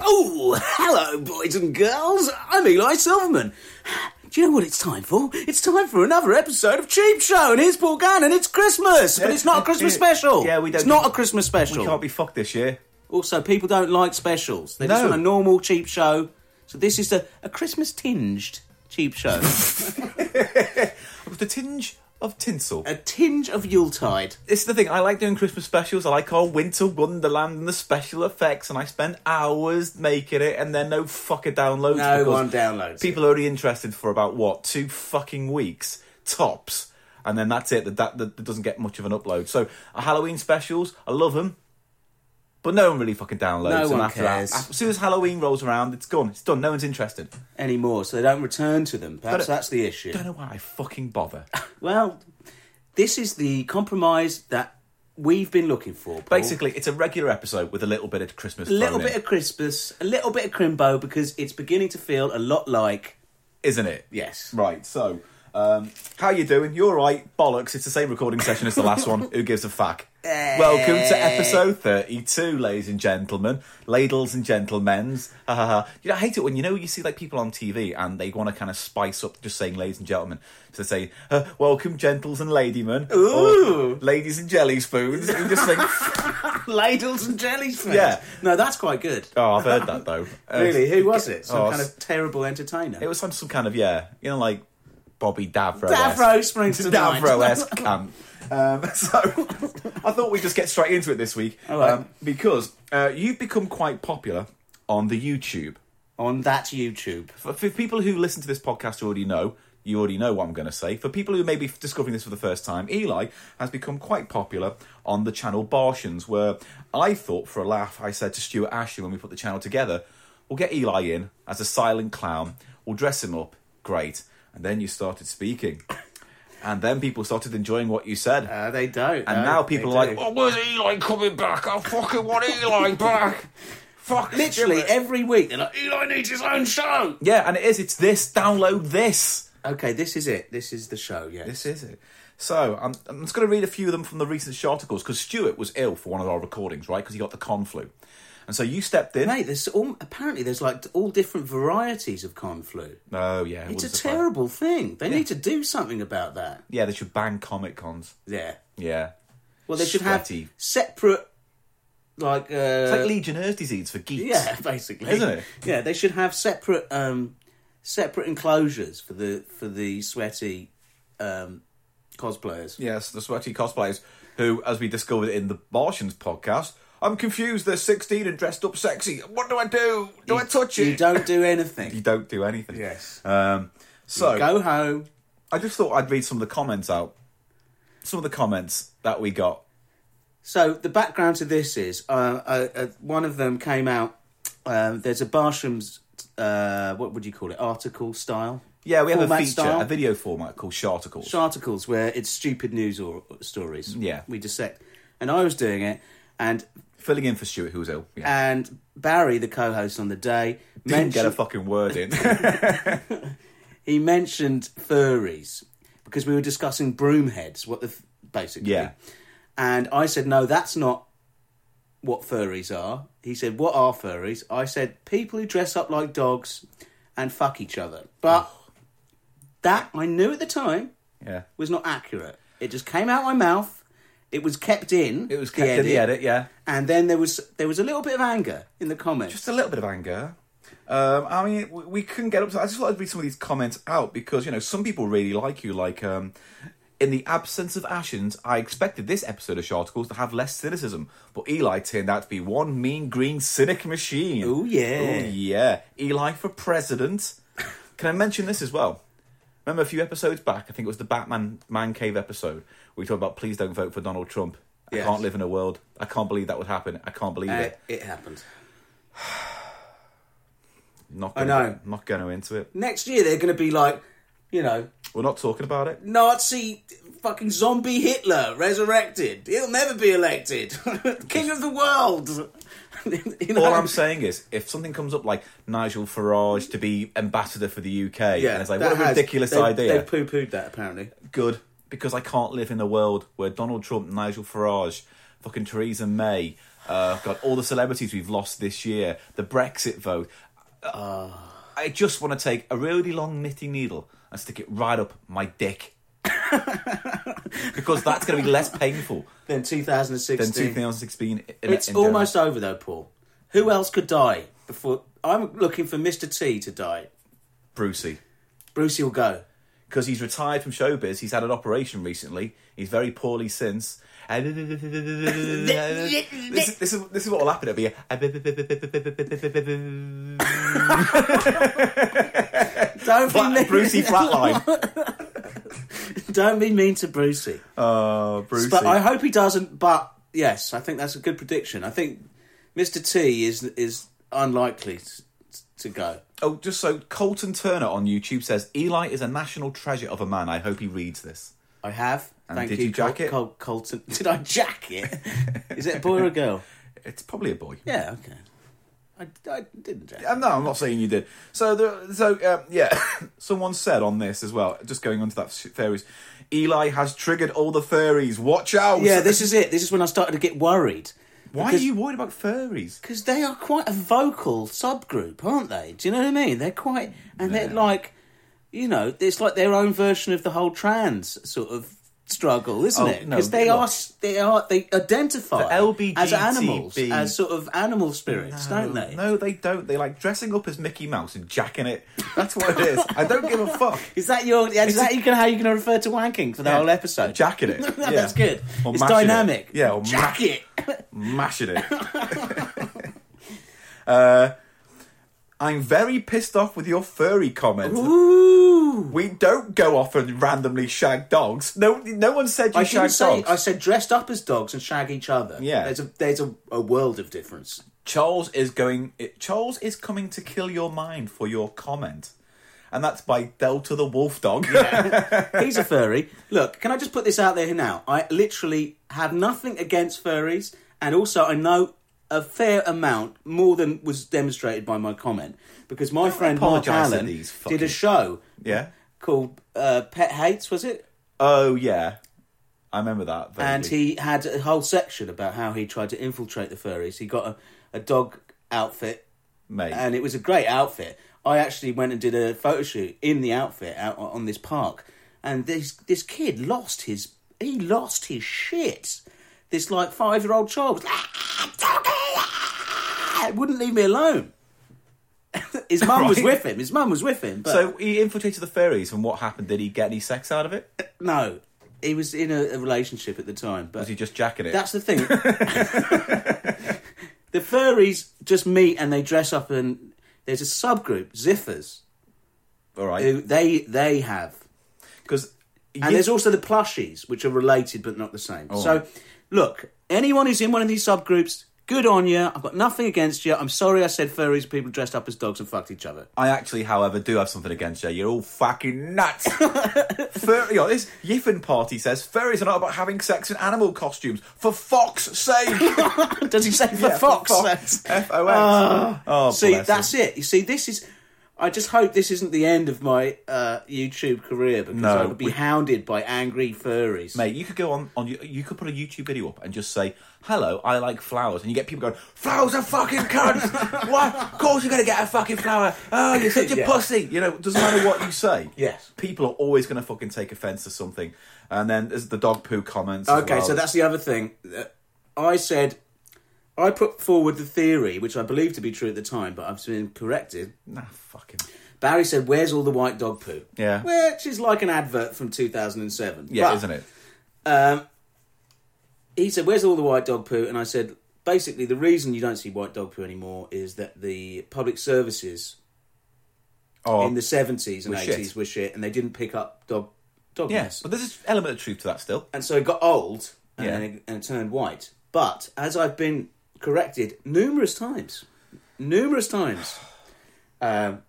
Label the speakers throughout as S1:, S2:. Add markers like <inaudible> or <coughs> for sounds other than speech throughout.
S1: Oh, hello, boys and girls. I'm Eli Silverman. Do you know what it's time for? It's time for another episode of Cheap Show, and here's Paul Gann, and it's Christmas, but it's not a Christmas special.
S2: Yeah, we don't
S1: It's not
S2: get-
S1: a Christmas
S2: We
S1: special.
S2: can't be fucked this year.
S1: Also, people don't like specials. They just
S2: No.
S1: want a normal cheap show. So this is a, a Christmas tinged cheap
S2: <laughs>
S1: show.
S2: With the tinge of tinsel.
S1: a tinge of Yuletide.
S2: This is the thing. I like doing Christmas specials. I like our Winter Wonderland and the special effects, and I spend hours making it, and then no fucker downloads.
S1: No
S2: because
S1: one downloads
S2: People are only interested for about what two fucking weeks tops, and then that's it. That that, that doesn't get much of an upload. So uh, Halloween specials, I love them, but no one really fucking downloads.
S1: No
S2: and
S1: one
S2: after
S1: cares.
S2: That, as soon as Halloween rolls around, it's gone. It's done. No one's interested.
S1: anymore, so they don't return to them. Perhaps
S2: Don't-
S1: that's the issue.
S2: Don't know why I fucking bother.
S1: Well, this is the compromise that we've been looking for. Paul.
S2: Basically, it's a regular episode with a little bit of Christmas.
S1: a little bit of Christmas, a little bit of Crimbo, because it's beginning to feel a lot like
S2: isn't it?
S1: yes.
S2: Right. So, um, how you doing? You're right. Bollocks. It's the same recording session as the
S1: <laughs>
S2: last one. Who gives a fuck?
S1: Eh.
S2: Welcome to episode 32, ladies and gentlemen, ladles and gentlemen's. Ha ha ha. You know, I hate it when you know you see like people on TV and they want to kind of spice up just saying ladies and gentlemen. So they say, uh, "Welcome, gentles and ladymen,"
S1: Ooh.
S2: or "Ladies and jelly spoons." and you just
S1: <laughs>
S2: think, <laughs>
S1: Ladles and jellies. friends.
S2: Yeah.
S1: No, that's quite good.
S2: "Oh, I've heard that though." Uh,
S1: Really, who was it? Some
S2: Oh,
S1: kind of terrible entertainer.
S2: It was some, some kind of yeah, you know, like Bobby Davro.
S1: Davro springs to mind.
S2: Davro
S1: <laughs>
S2: esque camp. Um, <laughs> so I thought we'd just get straight into it this week
S1: All right.
S2: um, because uh, you've become quite popular on the YouTube.
S1: on that YouTube.
S2: For, for people who listen to this podcast, already know you already know what I'm going to say. For people who may be discovering this for the first time, Eli has become quite popular on the channel Bartians, where I thought for a laugh I said to Stuart Ashley when we put the channel together, "We'll get Eli in as a silent clown. We'll dress him up, great." And then you started speaking. <coughs> And then people started enjoying what you said.
S1: Uh, they don't.
S2: And
S1: no,
S2: now people
S1: they
S2: are like,
S1: do.
S2: oh, where's Eli coming back? I fucking want
S1: <laughs>
S2: Eli back. Fuck.
S1: literally
S2: Stuart."
S1: every week they're like, Eli needs his own show.
S2: Yeah, and it is. It's this. Download this.
S1: Okay, this is it. This is the show. Yeah.
S2: This is it. So I'm, I'm just going to read a few of them from the recent show articles because Stuart was ill for one of our recordings, right? Because he got the con flu. And so you stepped in.
S1: Mate, there's all, apparently there's like all different varieties of con flu.
S2: Oh, yeah. it
S1: It's a
S2: wouldn't surprise-
S1: terrible thing. They need to do something about that.
S2: Yeah, they should ban Comic Cons.
S1: Yeah.
S2: Yeah.
S1: Well, they should
S2: Sweaty.
S1: have separate, like, uh,
S2: It's like Legionnaire's disease for geeks.
S1: yeah, basically,
S2: Isn't it?
S1: Yeah, they should have separate, um, separate enclosures for the for the sweaty um, cosplayers.
S2: Yes, the sweaty cosplayers who, as we discovered in the Martians podcast, I'm confused. They're 16 and dressed up sexy. What do I do? Do I touch
S1: You
S2: it?
S1: don't do anything.
S2: You don't do anything.
S1: Yes.
S2: Um, so
S1: Go home.
S2: I just thought I'd read some of the comments out. Some of the comments that we got.
S1: So the background to this is uh, uh, uh, one of them came out. Um, there's a Barsham's uh, what would you call it? Article style.
S2: Yeah, we have
S1: Format
S2: a feature,
S1: style?
S2: a video format called Sharticles.
S1: articles where it's stupid news or stories.
S2: Yeah.
S1: we dissect. And I was doing it, and
S2: filling in for Stuart, who was ill.
S1: Uh,
S2: Yeah.
S1: and Barry, the co-host on the day, mentioned
S2: Didn't get a fucking
S1: <laughs>
S2: word in.
S1: he mentioned furries because we were discussing broomheads. What the f- basically?
S2: Yeah.
S1: And I said, no, that's not what furries are. He said, what are furries? I said, people who dress up like dogs and fuck each other. But that I knew at the time
S2: Oh. yeah.
S1: was not accurate. It just came out my mouth. It was kept in.
S2: It was kept in the edit, yeah.
S1: And then there was there was a little bit of anger in the comments.
S2: just a little bit of anger. Um, I mean, we, we couldn't get up to. I just thought I'd read some of these comments out because you know some people really like you. Like, um, in the absence of Ashens, I expected this episode of Sharticles to have less cynicism, but Eli turned out to be one mean green cynic machine.
S1: Ooh, yeah.
S2: Ooh, Oh, yeah. Eli for president. Can I mention this as well? Remember a few episodes back, I think it was the Batman Man Cave episode, we talked about please don't vote for Donald Trump. I
S1: Yes.
S2: can't live in a world. I can't believe that would happen. I can't believe
S1: Uh,
S2: it.
S1: it happened.
S2: Not
S1: I
S2: gonna,
S1: know.
S2: Not going to into it.
S1: Next year they're going to be like, you know,
S2: We're not talking
S1: <laughs>
S2: about it.
S1: Nazi fucking zombie Hitler resurrected. He'll never be elected. <laughs> King of the world. <laughs> You know?
S2: All I'm saying is, if something comes up like Nigel Farage to be ambassador for the UK, and it's like,
S1: that
S2: what a
S1: has-
S2: ridiculous
S1: they-
S2: idea.
S1: They poo pooed that apparently.
S2: Good, because I can't live in a world where Donald Trump, Nigel Farage, fucking Theresa May, Uh, God, all the celebrities we've lost this year, the Brexit vote. Uh,
S1: Ah.
S2: I just want to take a really long knitting needle and stick it right up my
S1: <laughs>
S2: dick. because that's going to be less painful
S1: Then 2016.
S2: than 2016. In,
S1: it's
S2: in general.
S1: almost over though, Paul. Who else could die before? I'm looking for Mr. T to die.
S2: Brucey.
S1: Brucey will go.
S2: because he's retired from showbiz. He's had an operation recently. He's very poorly since. <laughs> this, this is this is what will happen. It'll be a
S1: Don't be mean. <laughs>
S2: flat, Brucey flatline.
S1: Don't be mean to Brucey.
S2: Oh, Brucey.
S1: But I hope he doesn't. But yes, I think that's a good prediction. I think Mr. T is is unlikely to, to go.
S2: oh, just so Colton Turner on YouTube says Eli is a national treasure of a man. I hope he reads this.
S1: I have. Thank
S2: did
S1: you,
S2: you jack
S1: Col-
S2: it?
S1: Col- Colton. <laughs> Did I jack it? is it a boy or a
S2: <laughs>
S1: girl?
S2: It's probably a boy.
S1: Yeah. Okay. I, I didn't jack.
S2: Um, no, I'm not saying you did. So, the, so um, yeah, <laughs> someone said on this as well. Just going on to that sh- fairies, Eli has triggered all the furries. Watch out!
S1: Yeah, this is it. This is when I started to get worried.
S2: Why
S1: Because-
S2: are you worried about furries?
S1: Because they are quite a vocal subgroup, aren't they? Do you know what I mean? They're quite, and they're like, you know, it's like their own version of the whole trans sort of struggle, isn't
S2: Oh,
S1: it?
S2: no,
S1: Because they
S2: look.
S1: are, they are, they identify
S2: The
S1: as animals,
S2: LBGTB.
S1: as sort of animal spirits, don't they?
S2: No, they don't. They like dressing up as Mickey Mouse and jacking it. That's what it is. I don't give a fuck.
S1: Is that your? Is that you can, how you're going to refer to wanking for the whole episode?
S2: Jacking
S1: <laughs>
S2: it.
S1: No,
S2: Yeah.
S1: That's good.
S2: Or
S1: it's
S2: mashing it.
S1: dynamic.
S2: Yeah, or
S1: jack
S2: ma-
S1: it.
S2: mashing it.
S1: <laughs>
S2: <laughs> uh, I'm very pissed off with your furry comment.
S1: Ooh.
S2: We don't go off and randomly shag dogs. No, no one said you
S1: I didn't
S2: shag
S1: say.
S2: dogs.
S1: I said dressed up as dogs and shag each other.
S2: Yeah.
S1: there's a there's a, a world of difference.
S2: Charles is going. It, Charles is coming to kill your mind for your comment, and that's by Delta the Wolf Dog.
S1: He's a furry. Look, can I just put this out there now? I literally have nothing against furries, and also I know a fair amount more than was demonstrated by my comment because my friend Mark
S2: apologise to
S1: Allen
S2: these
S1: did
S2: fucking-
S1: a show
S2: <laughs> yeah.
S1: called uh, Pet Hates, was it?
S2: Oh yeah, I remember that. vaguely.
S1: And he had a whole section about how he tried to infiltrate the furries. He got a, a dog outfit,
S2: mate,
S1: and it was a great outfit. I actually went and did a photo shoot in the outfit out on on this park, and this this kid lost his he lost his shit. This like five year old child was like, "Ah, doggy, ah," wouldn't leave me alone. <laughs> his mum was
S2: Right.
S1: with him. His mum was with him. But
S2: so he infiltrated the fairies, and what happened? Did he get any sex out of it? Or
S1: no, he was in a, a relationship at the time. But
S2: Was he just jacking it?
S1: That's the
S2: <laughs>
S1: thing. <laughs> the furries just meet and they dress up, and there's a subgroup, Ziffers,
S2: All right,
S1: who they they have,
S2: because
S1: and there's also the plushies, which are related but not the same. so, look, anyone who's in one of these subgroups, good on you. I've got nothing against you. I'm sorry I said furries, are people dressed up as dogs and fucked each other.
S2: I actually, however, do have something against you. You're all
S1: <laughs>
S2: fucking nuts. Fur- you know, this Yiffin party says furries are not about having sex in animal costumes. For fuck's sake.
S1: <laughs> Does he say <laughs> for
S2: Yeah,
S1: fox?
S2: for
S1: That's-
S2: fox. F-O-X. Oh,
S1: Ah, See,
S2: bless
S1: that's it. You see, this is. I just hope this isn't the end of my uh, YouTube career because
S2: No,
S1: I would be hounded by angry furries.
S2: Mate, you could go on, on you- you could put a YouTube video up and just say, "Hello, I like flowers," and you get people going, "Flowers are
S1: <laughs>
S2: fucking cunts! Why? Of course you're gonna get a fucking flower! Oh, you're such a
S1: Yeah.
S2: pussy!" You know, it doesn't matter what you say.
S1: Yes.
S2: people are always gonna fucking take offence to something. And then there's the dog poo comments. as
S1: Okay,
S2: well.
S1: so that's the other thing. Uh, I said, I put forward the theory, which I believed to be true at the time, but I've been corrected.
S2: nah, fucking
S1: Barry said, "Where's all the white dog poo?"
S2: Yeah.
S1: which is like an advert from 2007.
S2: yeah,
S1: But,
S2: isn't it?
S1: Um, he said, "Where's all the white dog poo?" And I said, "Basically, the reason you don't see white dog poo anymore is that the public services
S2: Oh,
S1: in the 70s and 80s
S2: shit.
S1: were shit, and they didn't pick up dog dog
S2: yes,
S1: mess."
S2: but there's an element of truth to that still.
S1: and so it got old and,
S2: Yeah.
S1: then it, and it turned white. But as I've been corrected numerous times, numerous times, um,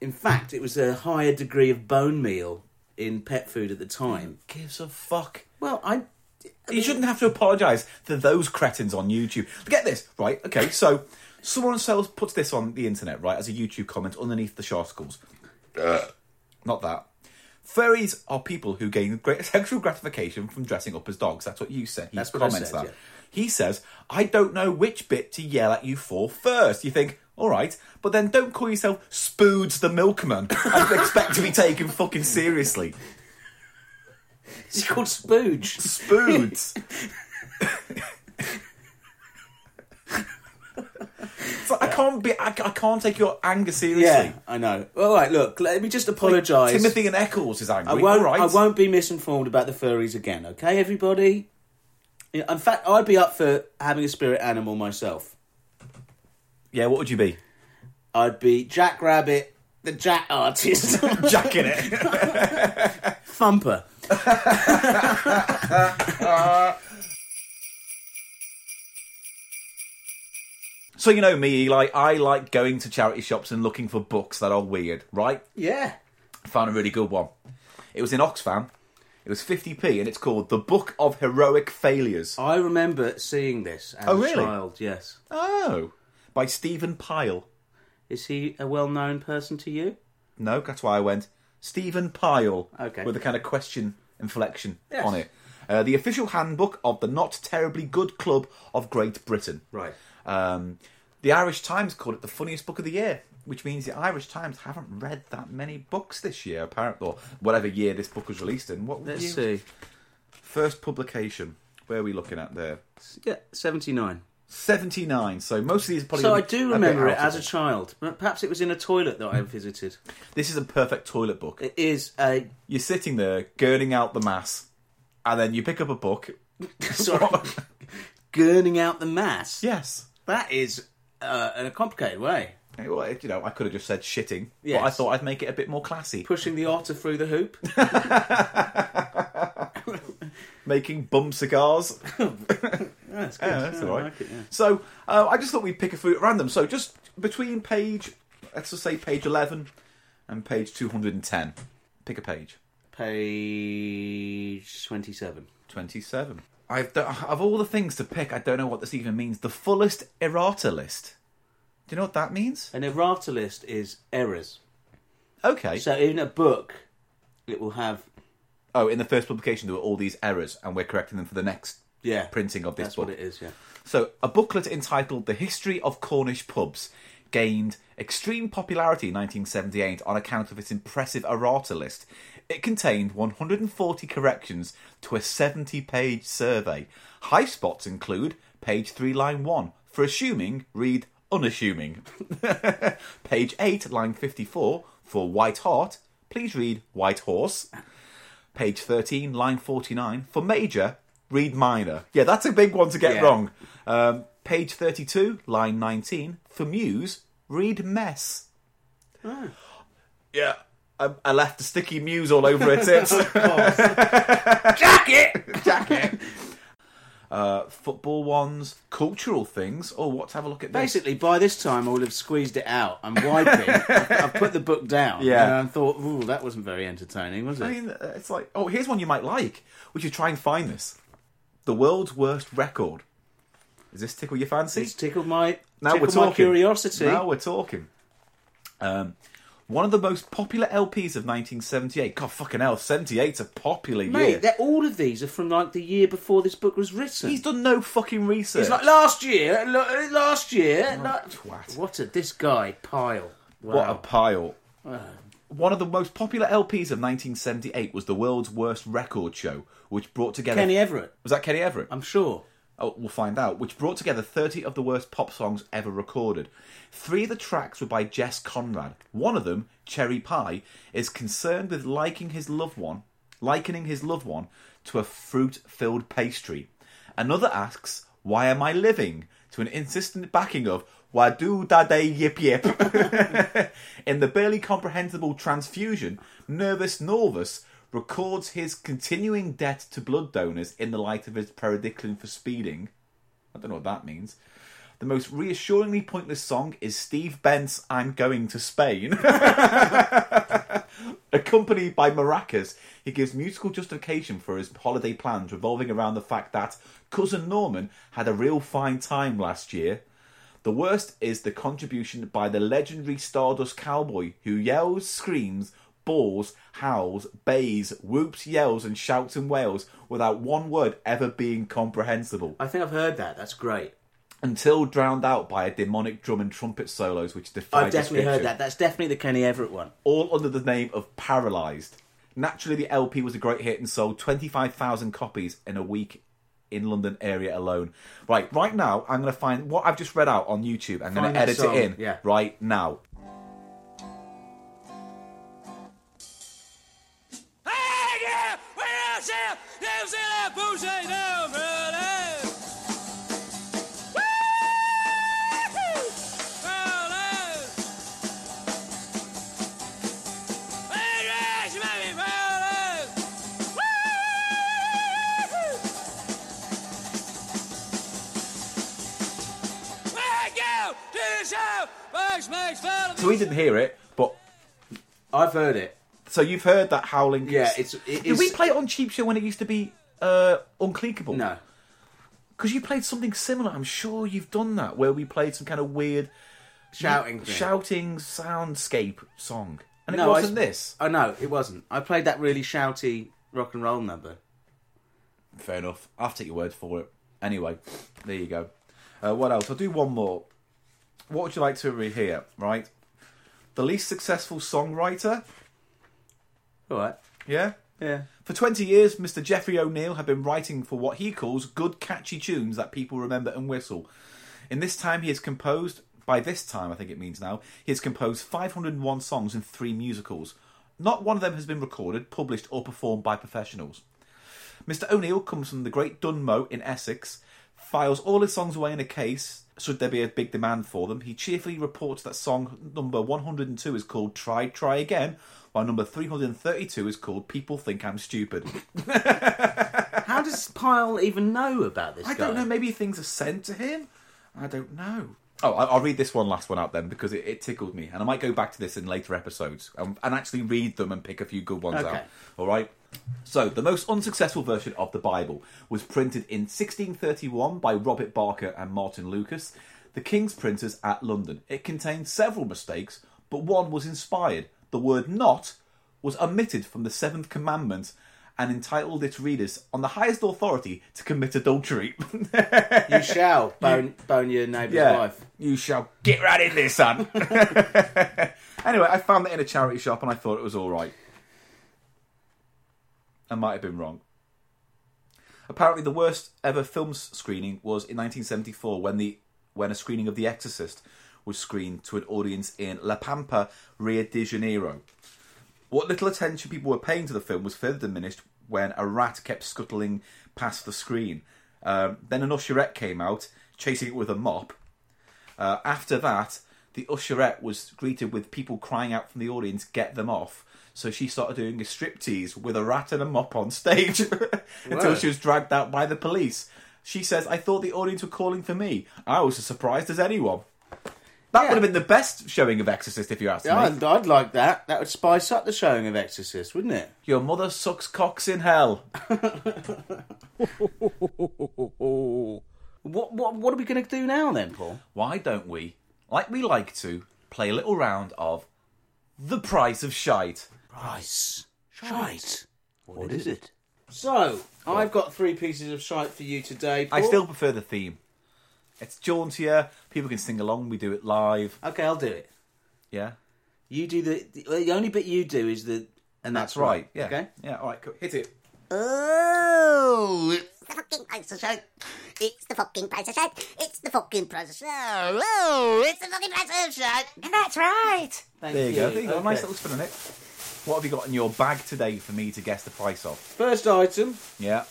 S1: in fact, it was a higher degree of bone meal in pet food at the time.
S2: Gives a fuck.
S1: Well, I, I
S2: You
S1: mean,
S2: shouldn't have to apologise to those cretins on YouTube. Get this, right? Okay, so someone sells puts this on the internet, right, as a YouTube comment underneath the sharkles. Not that. <laughs> Furries are people who gain great sexual gratification from dressing up as dogs. That's what you said. He
S1: That's what I
S2: comments
S1: said,
S2: that.
S1: yeah.
S2: He says, I don't know which bit to yell at you for first. You think, all right, but then don't call yourself Spoods the Milkman and expect to be taken fucking seriously.
S1: It's called
S2: <laughs>
S1: Spooge. <laughs>
S2: Spoods. It's like, I can't be. I, I can't take your anger seriously.
S1: Yeah, I know. All right, look, let me just apologise.
S2: Timothy and Eccles is angry.
S1: I won't,
S2: All right.
S1: I won't be misinformed about the furries again, okay, everybody? Yeah, In fact, I'd be up for having a spirit animal myself.
S2: Yeah, what would
S1: <laughs>
S2: you be?
S1: I'd be Jack Rabbit, the Jack <laughs> artist,
S2: Jacking it.
S1: Thumper.
S2: so you know me, Eli. I like going to charity shops and looking for books that are weird. Right?
S1: Yeah.
S2: Found a really good one. It was in Oxfam. It was 50p, and it's called "The Book of Heroic Failures."
S1: I remember seeing this as
S2: Oh,
S1: a
S2: really?
S1: child, yes.
S2: Oh, by Stephen Pyle.
S1: Is he a well known person to you?
S2: No, that's why I went Stephen Pyle.
S1: Okay.
S2: With a kind of question inflection
S1: Yes.
S2: on it. Uh, the official handbook of the not terribly good club of Great Britain.
S1: Right.
S2: Um, the Irish Times called it the funniest book of the year, which means the Irish Times haven't read that many books this year, apparently, or whatever year this book was released in. What
S1: Let's
S2: year?
S1: see.
S2: First publication. Where are we looking at there?
S1: Yeah, 79.
S2: 79. So most of these are probably.
S1: So I
S2: gonna
S1: do
S2: be a bit
S1: remember it
S2: out
S1: as
S2: of
S1: a child, but perhaps it was in a toilet that I visited.
S2: This is a perfect toilet book.
S1: It is a. <laughs>
S2: You're sitting there, girding out the mass, and then you pick up a book.
S1: Sorry. gurning out the mass.
S2: yes.
S1: That is uh, in a complicated way.
S2: Well, it- you know, I could have just said shitting,
S1: Yes.
S2: but I thought I'd make it a bit more classy.
S1: Pushing the otter through the <laughs> hoop.
S2: Making
S1: <laughs>
S2: bum cigars.
S1: that's good.
S2: Yeah, that's
S1: Yeah, I
S2: all right.
S1: like it, yeah.
S2: So uh, I just thought we'd pick a fruit at random. So just between page, let's just say page 11 and page 210, pick a page.
S1: Page 27.
S2: 27. I've done, of all the things to pick, I don't know what this even means. The fullest errata list. Do you know what that means?
S1: An errata list is errors.
S2: Okay.
S1: So in a book, it will have.
S2: oh, in the first publication, there were all these errors, and we're correcting them for the next
S1: Yeah.
S2: printing of this
S1: That's
S2: book.
S1: what it is, yeah. <laughs>
S2: So, a booklet entitled The History of Cornish Pubs gained extreme popularity in 1978 on account of its impressive errata list. It contained 140 corrections to a 70 page survey. High spots include page 3, line 1. For assuming, read unassuming. page 8, line 54. For White Hart, please read White Horse. Page 13, line 49. For major, read minor. Yeah, that's a big one to get
S1: Yeah.
S2: wrong. Um, page 32, line 19. For muse, read mess. Yeah. I, I left a sticky muse all over her tits.
S1: <laughs> Jacket!
S2: Jacket. Uh, football ones, cultural things. Oh, what? Have a look at this.
S1: Basically, by this time, I would have squeezed it out. I'm wiping. I've, I've put the book down.
S2: Yeah.
S1: And I thought, ooh, that wasn't very entertaining, was it?
S2: I mean, uh, it's like, oh, here's one you might like. We should try and find this. The world's worst record. Does this tickle your fancy?
S1: it's tickled my,
S2: now
S1: tickled
S2: we're talking.
S1: my curiosity.
S2: Now we're talking. Um, one of the most popular LPs of 1978. God, fucking hell, 78's a popular
S1: Mate,
S2: year.
S1: they're- all of these are from like the year before this book was written.
S2: He's done no fucking research.
S1: It's like last year, lo- last year. like-
S2: twat.
S1: What a this guy pile. Wow.
S2: What a pile. One of the most popular LPs of 1978 was the world's worst record show, which brought together.
S1: Kenny E- Everett,
S2: was that Kenny Everett?
S1: I'm sure.
S2: Oh, we'll find out, which brought together 30 of the worst pop songs ever recorded. Three of the tracks were by Jess Conrad. One of them, Cherry Pie, is concerned with liking his loved one, likening his loved one to a fruit-filled pastry. Another asks, "Why am I living?" to an insistent backing of "Wadu da day yip yip." In the barely comprehensible transfusion, Nervous Norvus records his continuing debt to blood donors in the light of his prediction for speeding. I don't know what that means. The most reassuringly pointless song is Steve Bent's I'm Going to Spain. <laughs> Accompanied by maracas, he gives musical justification for his holiday plans revolving around the fact that cousin Norman had a real fine time last year. The worst is the contribution by the legendary Stardust Cowboy who yells, screams, bawls, howls, bays, whoops, yells, and shouts and wails without one word ever being comprehensible
S1: I think I've heard that. That's great.
S2: until drowned out by a demonic drum and trumpet solos which defy
S1: I've definitely
S2: description,
S1: heard that. That's definitely the Kenny Everett one.
S2: all under the name of Paralyzed. Naturally, the LP was a great hit and sold 25,000 copies in a week in London area alone. Right, right now, I'm going to find what I've just read out on YouTube. I'm
S1: Find
S2: going to
S1: that
S2: edit
S1: song,
S2: it in
S1: yeah.
S2: right now.
S3: Hey, yeah, where else yeah? Them see that Boucher down, brother. Woo-hoo! Brother. Hey, yeah, she made me brother. Woo-hoo! Hey, yeah, do the show. Bugs makes fun of
S2: So we didn't hear it, but
S1: I've heard it.
S2: so you've heard that howling.
S1: Yeah, it's it
S2: Did
S1: is.
S2: we play it on Cheap Show when it used to be uh, unclickable?
S1: no.
S2: because you played something similar. I'm sure you've done that where we played some kind of weird
S1: Shouting thing.
S2: shouting soundscape song, and it
S1: No, I-
S2: wasn't this.
S1: Oh no, it wasn't. I played that really shouty rock and roll number.
S2: Fair enough. I'll take your word for it. Anyway, there you go. Uh, what else? I'll do one more. What would you like to read here? Right, the least successful songwriter.
S1: All right.
S2: Yeah.
S1: Yeah.
S2: For 20 years, Mr. Jeffrey O'Neill had been writing for what he calls good, catchy tunes that people remember and whistle. In this time, he has composed, by this time, I think it means now, he has composed 501 songs and three musicals. Not one of them has been recorded, published, or performed by professionals. Mr. O'Neill comes from the great Dunmow in Essex, files all his songs away in a case. Should there be a big demand for them, he cheerfully reports that song number 102 is called Try, Try Again, while number 332 is called People Think I'm Stupid.
S1: How does Pyle even know about this
S2: I
S1: guy?
S2: don't know, maybe things are sent to him? I don't know. Oh, I- I'll read this one last one out then because it, it tickled me, and I might go back to this in later episodes um, and actually read them and pick a few good ones
S1: Okay.
S2: out. All right. So, the most unsuccessful version of the Bible was printed in 1631 by Robert Barker and Martin Lucas, the King's printers at London. It contained several mistakes, but one was inspired. The word not was omitted from the seventh commandment and entitled its readers, on the highest authority, to commit adultery. <laughs>
S1: <laughs> You shall bone, bone your neighbour's wife.
S2: You shall get right in there, son. <laughs> anyway, I found that in a charity shop and I thought it was all right. I might have been wrong. Apparently, the worst ever film s- screening was in 1974 when the when a screening of The Exorcist was screened to an audience in La Pampa, Rio de Janeiro. What little attention people were paying to the film was further diminished when a rat kept scuttling past the screen. Um, then an usherette came out, chasing it with a mop, uh, after that, the usherette was greeted with people crying out from the audience, "Get them off!" So she started doing a striptease with a rat and a mop on stage <laughs> until
S1: Wow.
S2: she was dragged out by the police. She says, "I thought the audience were calling for me. I was as surprised as anyone." That
S1: Yeah.
S2: would have been the best showing of Exorcist, if you ask
S1: Yeah,
S2: me.
S1: I'd, I'd like that. That would spice up the showing of Exorcist, wouldn't it?
S2: Your mother sucks cocks in hell.
S1: What what what are we going to do now then, Paul?
S2: Why don't we, like we like to, play a little round of the price of shite?
S1: Price. Shite. what is, it? So, I've got three pieces of shite for you today. Paul.
S2: I still prefer the theme. It's jauntier. People can sing along. We do it live.
S1: Okay, I'll do it.
S2: Yeah,
S1: You do the the, the only bit you do is the and that's,
S2: that's right. Yeah.
S1: Okay.
S2: Yeah. All right. Cool. Hit it.
S4: Oh, it's the fucking price of shit. It's the fucking price of shit. It's the fucking price of shit. Oh, it's the fucking price of shit. And that's right.
S1: Thank
S2: There you go. There you go.
S1: Okay.
S2: Nice little spin on it. What have you got in your bag today for me to guess the price of?
S1: First item.
S2: Yeah.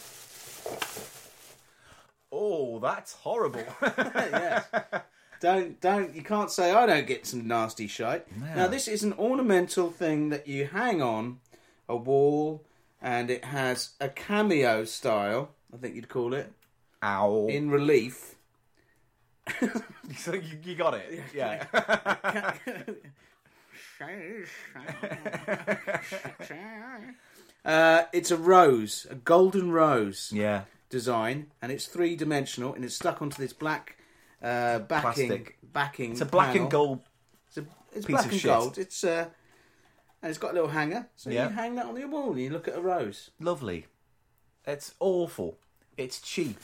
S2: Oh, that's horrible. <laughs>
S1: yes. Don't don't you can't say I don't get some nasty shite. Now this is an ornamental thing that you hang on a wall, and it has a cameo style. I think you'd call it
S2: Ow.
S1: in relief.
S2: <laughs> So you, you got it. <laughs> Yeah.
S1: Uh, it's a rose, a golden rose
S2: yeah.
S1: design, and it's three dimensional, and it's stuck onto this black uh, backing
S2: Plastic.
S1: backing.
S2: It's a black and gold.
S1: It's, a, it's
S2: piece
S1: black
S2: of
S1: and
S2: shit.
S1: gold. It's uh, and it's got a little hanger, so
S2: Yeah.
S1: you hang that on your wall and you look at a rose.
S2: Lovely. It's awful. It's cheap.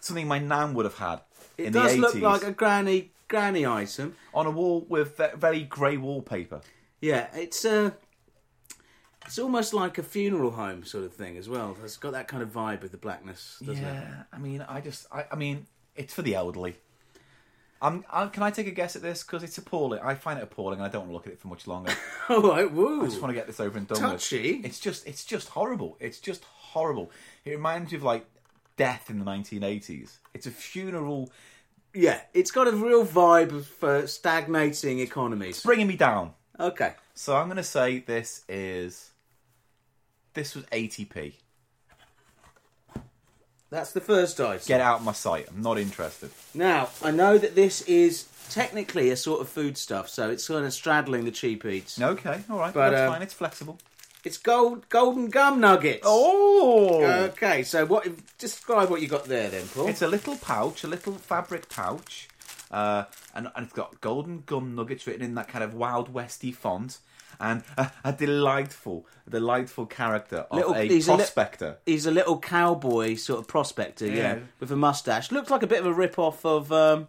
S2: Something my nan would have had
S1: It
S2: in
S1: does
S2: the 80s
S1: look like a granny granny item.
S2: on a wall with ve- very grey wallpaper.
S1: Yeah, it's uh it's almost like a funeral home sort of thing as well. It's got that kind of vibe with the blackness, doesn't it?
S2: Yeah, I mean, I just, I, I mean, it's for the elderly. I'm, I, can I take a guess at this? Because it's appalling. I find it appalling, and I don't want to look at it for much longer.
S1: <laughs> All right, woo.
S2: I just want to get this over and done
S1: Touchy.
S2: with. It's just, it's just horrible. It's just horrible. It reminds you of like death in the 1980s. It's a funeral,
S1: Yeah, it's got a real vibe of uh, stagnating economies.
S2: bringing me down.
S1: Okay,
S2: So I'm going to say this is, this was 80p.
S1: that's the first item.
S2: Get out of my sight. I'm not interested.
S1: Now, I know that this is technically a sort of foodstuff, so it's sort of straddling the cheap eats.
S2: Okay, all right,
S1: But,
S2: that's
S1: uh,
S2: fine. It's flexible.
S1: It's gold, golden gum nuggets.
S2: Oh.
S1: Okay, so what? Describe what you got there, then, Paul.
S2: It's a little pouch, a little fabric pouch, uh, and, and it's got golden gum nuggets written in that kind of wild westy font, and a, a delightful, delightful character of
S1: Little-
S2: a
S1: he's a li-
S2: prospector.
S1: He's a little cowboy sort of prospector, yeah,
S2: Yeah.
S1: with a mustache. Looks like a bit of a rip off of um,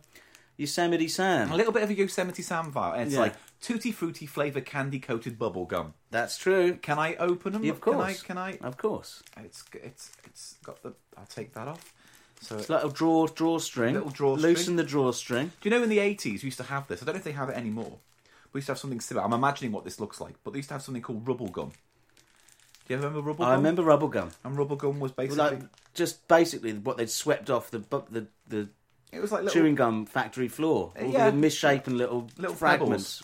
S1: Yosemite Sam.
S2: a little bit of a Yosemite Sam vibe. and It's
S1: Yeah.
S2: like tutti frutti flavor candy coated bubble gum.
S1: That's true.
S2: Can I open them?
S1: Of course.
S2: Can I? Can
S1: Of course.
S2: I? It's it's it's got the. I'll take that off. So
S1: It's like a draw drawstring.
S2: Little drawstring.
S1: Loosen the drawstring.
S2: Do you know in the 80s we used to have this? I don't know if they have it anymore. We used to have something similar. I'm imagining what this looks like, but they used to have something called rubble gum. Do you ever remember rubble
S1: I
S2: gum?
S1: remember rubble gum.
S2: And rubble gum was basically
S1: Like just basically what they'd swept off the bu- the the
S2: it was like little
S1: chewing gum factory floor. All
S2: Yeah.
S1: the misshapen little
S2: Little
S1: fragments.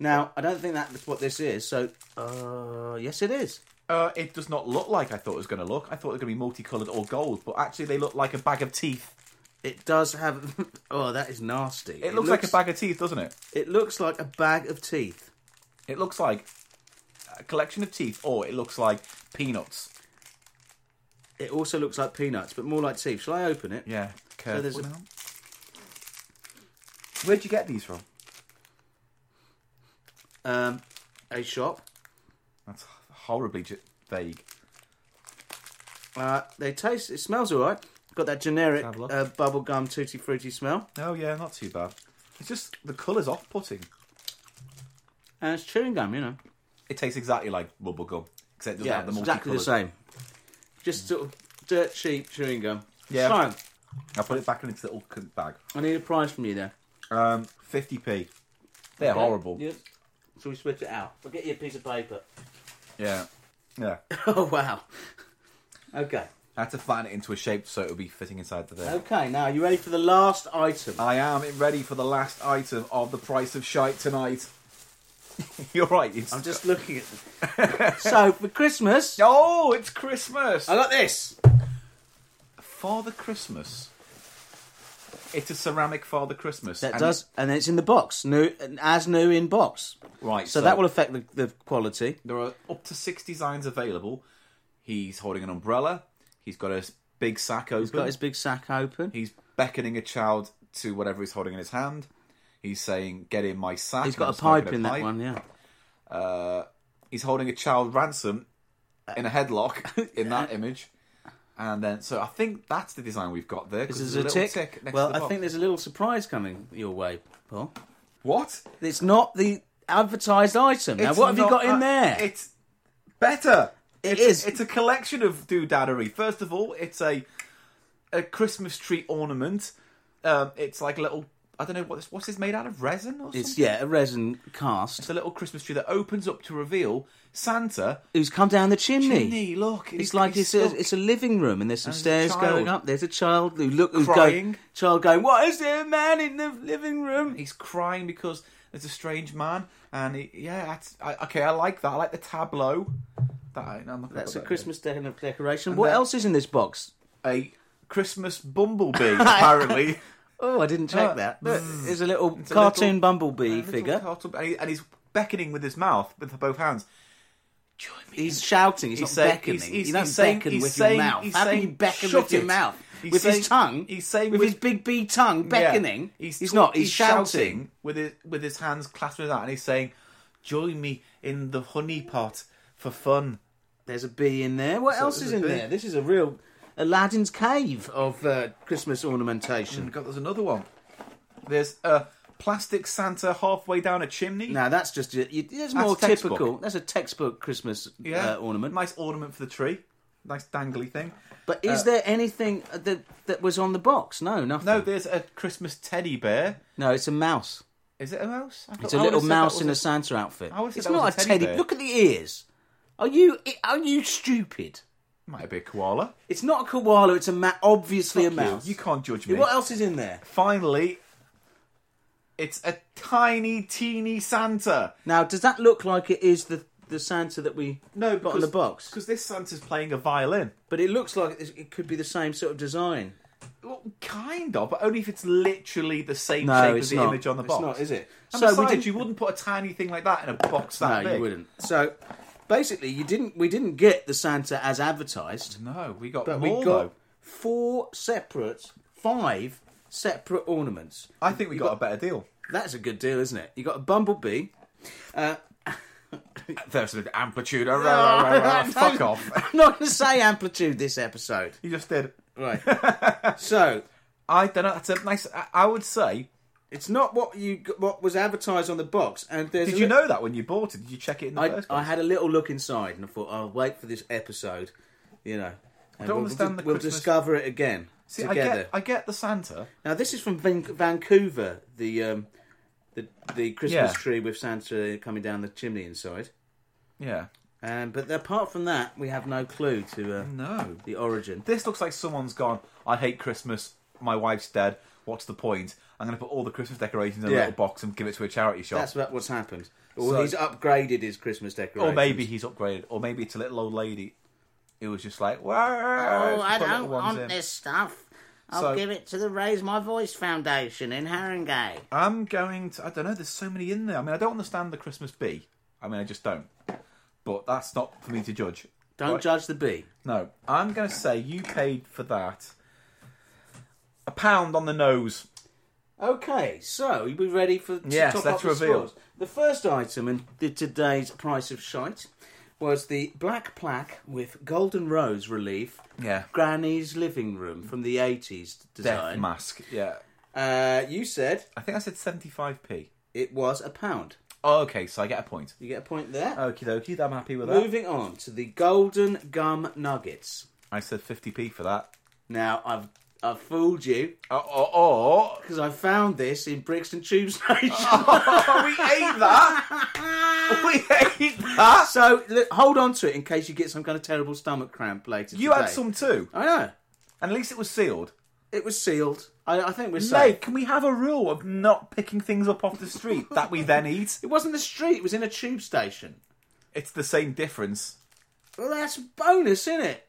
S1: Now, I don't think that's what this is. So, uh, yes, it is.
S2: Uh, it does not look like I thought it was going to look. I thought it was going to be multicolored or gold, but actually they look like a bag of teeth.
S1: It does have. <laughs> oh, that is nasty.
S2: It, looks, like a bag of teeth, doesn't it?
S1: It looks like a bag of teeth.
S2: It looks like a collection of teeth, or it looks like peanuts.
S1: It also looks like peanuts, but more like teeth. Shall I open it?
S2: Yeah. Careful
S1: there's a-
S2: now. Where'd you get these from?
S1: Um, a shop.
S2: That's horribly j- vague.
S1: Uh, they taste. It smells all right. Got that generic
S2: Have a look.
S1: uh, bubblegum tutti frutti smell.
S2: Oh yeah, not too bad. It's just the colour's off-putting.
S1: And it's chewing gum, you know.
S2: It tastes exactly like rubber gum, except it doesn't
S1: Yeah,
S2: have the
S1: it's
S2: multicolours.
S1: exactly the same. Just sort of dirt cheap chewing gum.
S2: Yeah.
S1: Fine.
S2: I put it back in its little c- bag.
S1: I need a prize from you there.
S2: Um, 50p. They're horrible.
S1: Yep. So we switch it out. I'll get you a piece of paper.
S2: Yeah, yeah.
S1: <laughs> oh wow. Okay.
S2: I had to flatten it into a shape so it would be fitting inside the thing.
S1: Okay. Now you ready for the last item?
S2: I am ready for the last item of the price of shite tonight. <laughs> You're right. It's...
S1: I'm just looking at them. <laughs> so for Christmas,
S2: Oh, it's Christmas.
S1: I got this.
S2: Father Christmas. It's a ceramic Father Christmas.
S1: That
S2: and
S1: does, and it's in the box, new as new in box.
S2: Right.
S1: So, that will affect the, the quality.
S2: There are up to six designs available. He's holding an umbrella. He's got a s- big sack open. He's,
S1: Got his big sack open.
S2: beckoning a child to whatever he's holding in his hand. He's saying, "Get in my sack."
S1: He's
S2: and
S1: got
S2: I'm
S1: a pipe
S2: smoking
S1: in
S2: pipe.
S1: that one, yeah.
S2: He's holding a child ransom in a headlock
S1: <laughs>
S2: in that image. And then, so I think that's the design we've got there. 'cause
S1: This is a
S2: there's
S1: tick.
S2: little tick next
S1: well,
S2: to the
S1: I think
S2: box.
S1: there's a little surprise coming your way, Paul.
S2: what?
S1: It's not the advertised item. now,
S2: It's
S1: what have you
S2: not
S1: got in
S2: a-
S1: there?
S2: It's better.
S1: It
S2: it's,
S1: is.
S2: It's a collection of doodaddery. First of all, it's a a Christmas tree ornament. Um, it's like a little. I don't know what's what's this made out of resin or something.
S1: It's, yeah, a resin cast.
S2: It's a little Christmas tree that opens up to reveal Santa.
S1: Who's come down the chimney?
S2: Chimney, look,
S1: It's like it's a, it's a living room, and there's some
S2: And
S1: stairs
S2: there's a child.
S1: going up. There's a child who look who's
S2: Crying.
S1: Going, child going, "What is there, man, in the living room?"
S2: He's crying because there's a strange man, and he, yeah, that's, I, okay, I like that. I like the tableau. That I'm not gonna
S1: That's a
S2: put that in.
S1: Christmas de- decoration. What
S2: then-
S1: else is in this box?
S2: A Christmas
S1: <laughs>
S2: bumblebee, apparently.
S1: Oh, I didn't check
S2: Uh,
S1: that. Look, there's a little cartoon
S2: little-
S1: bumblebee
S2: Little
S1: figure.
S2: cartoon- and, he- and he's beckoning with his mouth, with both hands. Join me.
S1: He's shouting. He's,
S2: He's
S1: not
S2: saying-
S1: beckoning.
S2: he's- he's-
S1: you don't
S2: he's saying-
S1: beckon
S2: he's
S1: with
S2: saying-
S1: your mouth.
S2: he's
S1: How can
S2: saying,
S1: you beckon
S2: "Shut
S1: with your
S2: it."
S1: mouth?
S2: He's
S1: with
S2: saying-
S1: his tongue.
S2: he's saying
S1: with
S2: with-
S1: his big B tongue beckoning.
S2: Yeah.
S1: He's,
S2: talk-
S1: not. He's, shouting.
S2: with his with his hands clasped in his out, and he's saying, Join me in the honey pot for fun.
S1: There's a bee in there. What else
S2: there's
S1: is
S2: a
S1: in
S2: bee.
S1: there? This is a real Aladdin's cave of uh, Christmas ornamentation.
S2: And God, there's another one. There's a plastic Santa halfway down a chimney.
S1: Now that's just you, it's
S2: That's
S1: more
S2: textbook.
S1: typical. That's a textbook Christmas uh, ornament.
S2: Nice ornament for the tree. Nice dangly thing.
S1: But
S2: uh,
S1: is there anything uh, that that was on the box? No, nothing.
S2: No, there's a Christmas teddy bear.
S1: No, it's a mouse.
S2: Is it a mouse? I thought-
S1: It's a
S2: I
S1: little
S2: would've said that
S1: mouse
S2: was
S1: in a,
S2: a-
S1: Santa outfit.
S2: I always
S1: It's
S2: said that
S1: not
S2: was
S1: a
S2: a
S1: teddy.
S2: teddy bear.
S1: Look at the ears. Are you are you stupid?
S2: Might be a koala.
S1: It's not a koala. It's a ma- obviously a
S2: Fuck you.
S1: mouse.
S2: You, can't judge me.
S1: What else is in there?
S2: Finally, it's a tiny, teeny Santa.
S1: Now, does that look like it is the the Santa that we got in the box?
S2: Because this Santa's playing a violin.
S1: But it looks like it it could be the same sort of design.
S2: Well, kind of, but only if it's literally the same
S1: No,
S2: shape
S1: it's
S2: as the
S1: not.
S2: image on the
S1: It's
S2: box.
S1: not, is it?
S2: And
S1: So we
S2: besides,
S1: did-
S2: you wouldn't put a tiny thing like that in a box
S1: No,
S2: that big.
S1: you wouldn't. So basically, you didn't. We didn't get the Santa as advertised,
S2: No, we got
S1: but
S2: more,
S1: we got
S2: though.
S1: four separate, five separate ornaments.
S2: I think we got, a better deal.
S1: That's a good deal, isn't it? You got a bumblebee.
S2: There's an <laughs> amplitude. uh, rah, rah, rah, rah, Fuck off.
S1: <laughs> I'm not going to say amplitude this episode.
S2: You just did.
S1: Right. so
S2: I don't know. That's a nice. I, I would say.
S1: it's not what you g- what was advertised on the box. And there's
S2: Did
S1: a
S2: you
S1: li-
S2: know that when you bought it? Did you check it in the
S1: I,
S2: first place?
S1: I had a little look inside and I thought I'll wait for this episode. You know, I
S2: don't
S1: we'll,
S2: understand the
S1: We'll
S2: Christmas-
S1: discover it again
S2: See, I
S1: together.
S2: get, I get the Santa.
S1: Now this is from Van- Vancouver, the um, the the Christmas
S2: Yeah.
S1: tree with Santa coming down the chimney inside.
S2: Yeah.
S1: Um, but apart from that, we have no clue to uh,
S2: No.
S1: the origin.
S2: This looks like someone's gone. I hate Christmas. My wife's dead. What's the point? I'm going to put all the Christmas decorations in a
S1: Yeah.
S2: little box and give it to a charity shop.
S1: That's about what's happened. Or
S2: So-
S1: he's upgraded his Christmas decoration.
S2: or maybe he's upgraded. Or maybe it's a little old lady. It was just like, wow.
S4: Oh, I don't want this stuff. I'll
S2: So-
S4: give it to the Raise My Voice Foundation in Haringey.
S2: I'm going to. I don't know. There's so many in there. I mean, I don't understand the Christmas bee. I mean, I just don't. But that's not for me to judge.
S1: Don't
S2: Right.
S1: judge the bee.
S2: No, I'm going to say you paid for that a pound on the nose.
S1: Okay, so you be ready for to
S2: Yes,
S1: top
S2: let's
S1: up the
S2: reveal.
S1: scores. The first item in the, today's price of shite was the black plaque with golden rose relief.
S2: Yeah.
S1: Granny's living room from the eighties
S2: Death
S1: design.
S2: mask. Yeah.
S1: Uh, you said
S2: I think I said 75p.
S1: it was a pound.
S2: Oh, okay, so I get a point.
S1: You get a point there.
S2: Okie dokie, I'm happy with that.
S1: Moving on to the golden gum nuggets.
S2: I said 50p for that.
S1: Now I've I've fooled you
S2: Oh, oh, oh.
S1: because I found this in Brixton Tube <laughs> Station.
S2: <laughs> we ate
S1: <laughs>
S2: that! we ate that!
S1: so look, hold on to it in case you get some kind of terrible stomach cramp later.
S2: You
S1: today.
S2: had some too,
S1: I know.
S2: and at least it was sealed.
S1: It was sealed. I, I think we're safe.
S2: Mate, can we have a rule of not picking things up off the street that we then eat?
S1: It wasn't the street. It was in a tube station.
S2: It's the same difference.
S1: Well, that's a bonus, isn't it?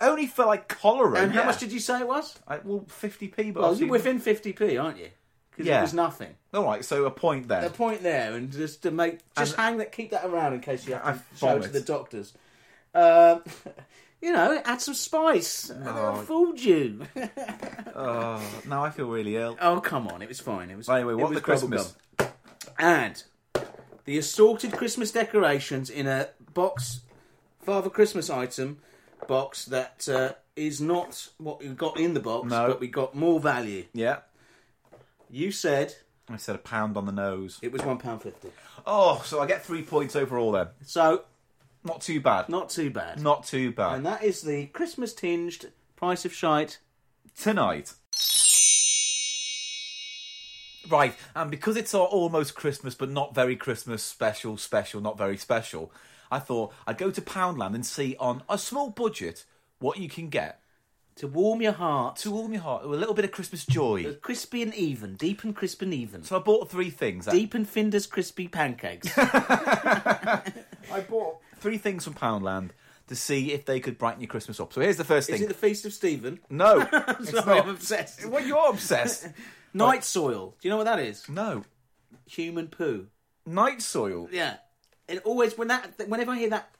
S2: Only for like cholera.
S1: And
S2: yeah.
S1: how much did you say it was?
S2: I, well, 50p, but
S1: Well,
S2: obviously-
S1: you're within 50p, aren't you? Because
S2: Yeah.
S1: it was nothing.
S2: All right, so a point then.
S1: A point there, and just to make, just
S2: And-
S1: hang that, keep that around in case you
S2: I
S1: have to show it to
S2: vomit.
S1: the doctors. Um, <laughs> you know, add some spice. I fooled you. <laughs>
S2: Now I feel really ill.
S1: oh come on, it was fine. It was
S2: Anyway, what
S1: it
S2: the
S1: was
S2: Christmas?
S1: bubblegum. and the assorted Christmas decorations in a box, Father Christmas item box that uh, is not what we got in the box,
S2: No.
S1: but we got more value.
S2: Yeah.
S1: You said
S2: I said a pound on the nose.
S1: it was one pound fifty,
S2: Oh, so I get three points overall then. It's
S1: so
S2: not too bad.
S1: not too bad.
S2: Not too bad.
S1: And that is the Christmas tinged price of shite.
S2: Tonight. Right, and because it's our almost Christmas but not very Christmas special, special, not very special, I thought I'd go to Poundland and see on a small budget what you can get
S1: To warm your heart.
S2: to warm your heart, with a little bit of Christmas joy.
S1: Crispy and even. Deep and crisp and even.
S2: So I bought three things.
S1: Deep and Finder's crispy
S2: <laughs>
S1: pancakes.
S2: I bought three things from Poundland to see if they could brighten your Christmas up. So here's the first
S1: is
S2: thing.
S1: it the Feast of Stephen? <laughs>
S2: No, it's
S1: Sorry, I'm
S2: not.
S1: obsessed.
S2: Well, you're obsessed.
S1: Night soil. Do you know what that is?
S2: No,
S1: Human poo.
S2: night soil,
S1: Yeah. It always when that whenever I hear that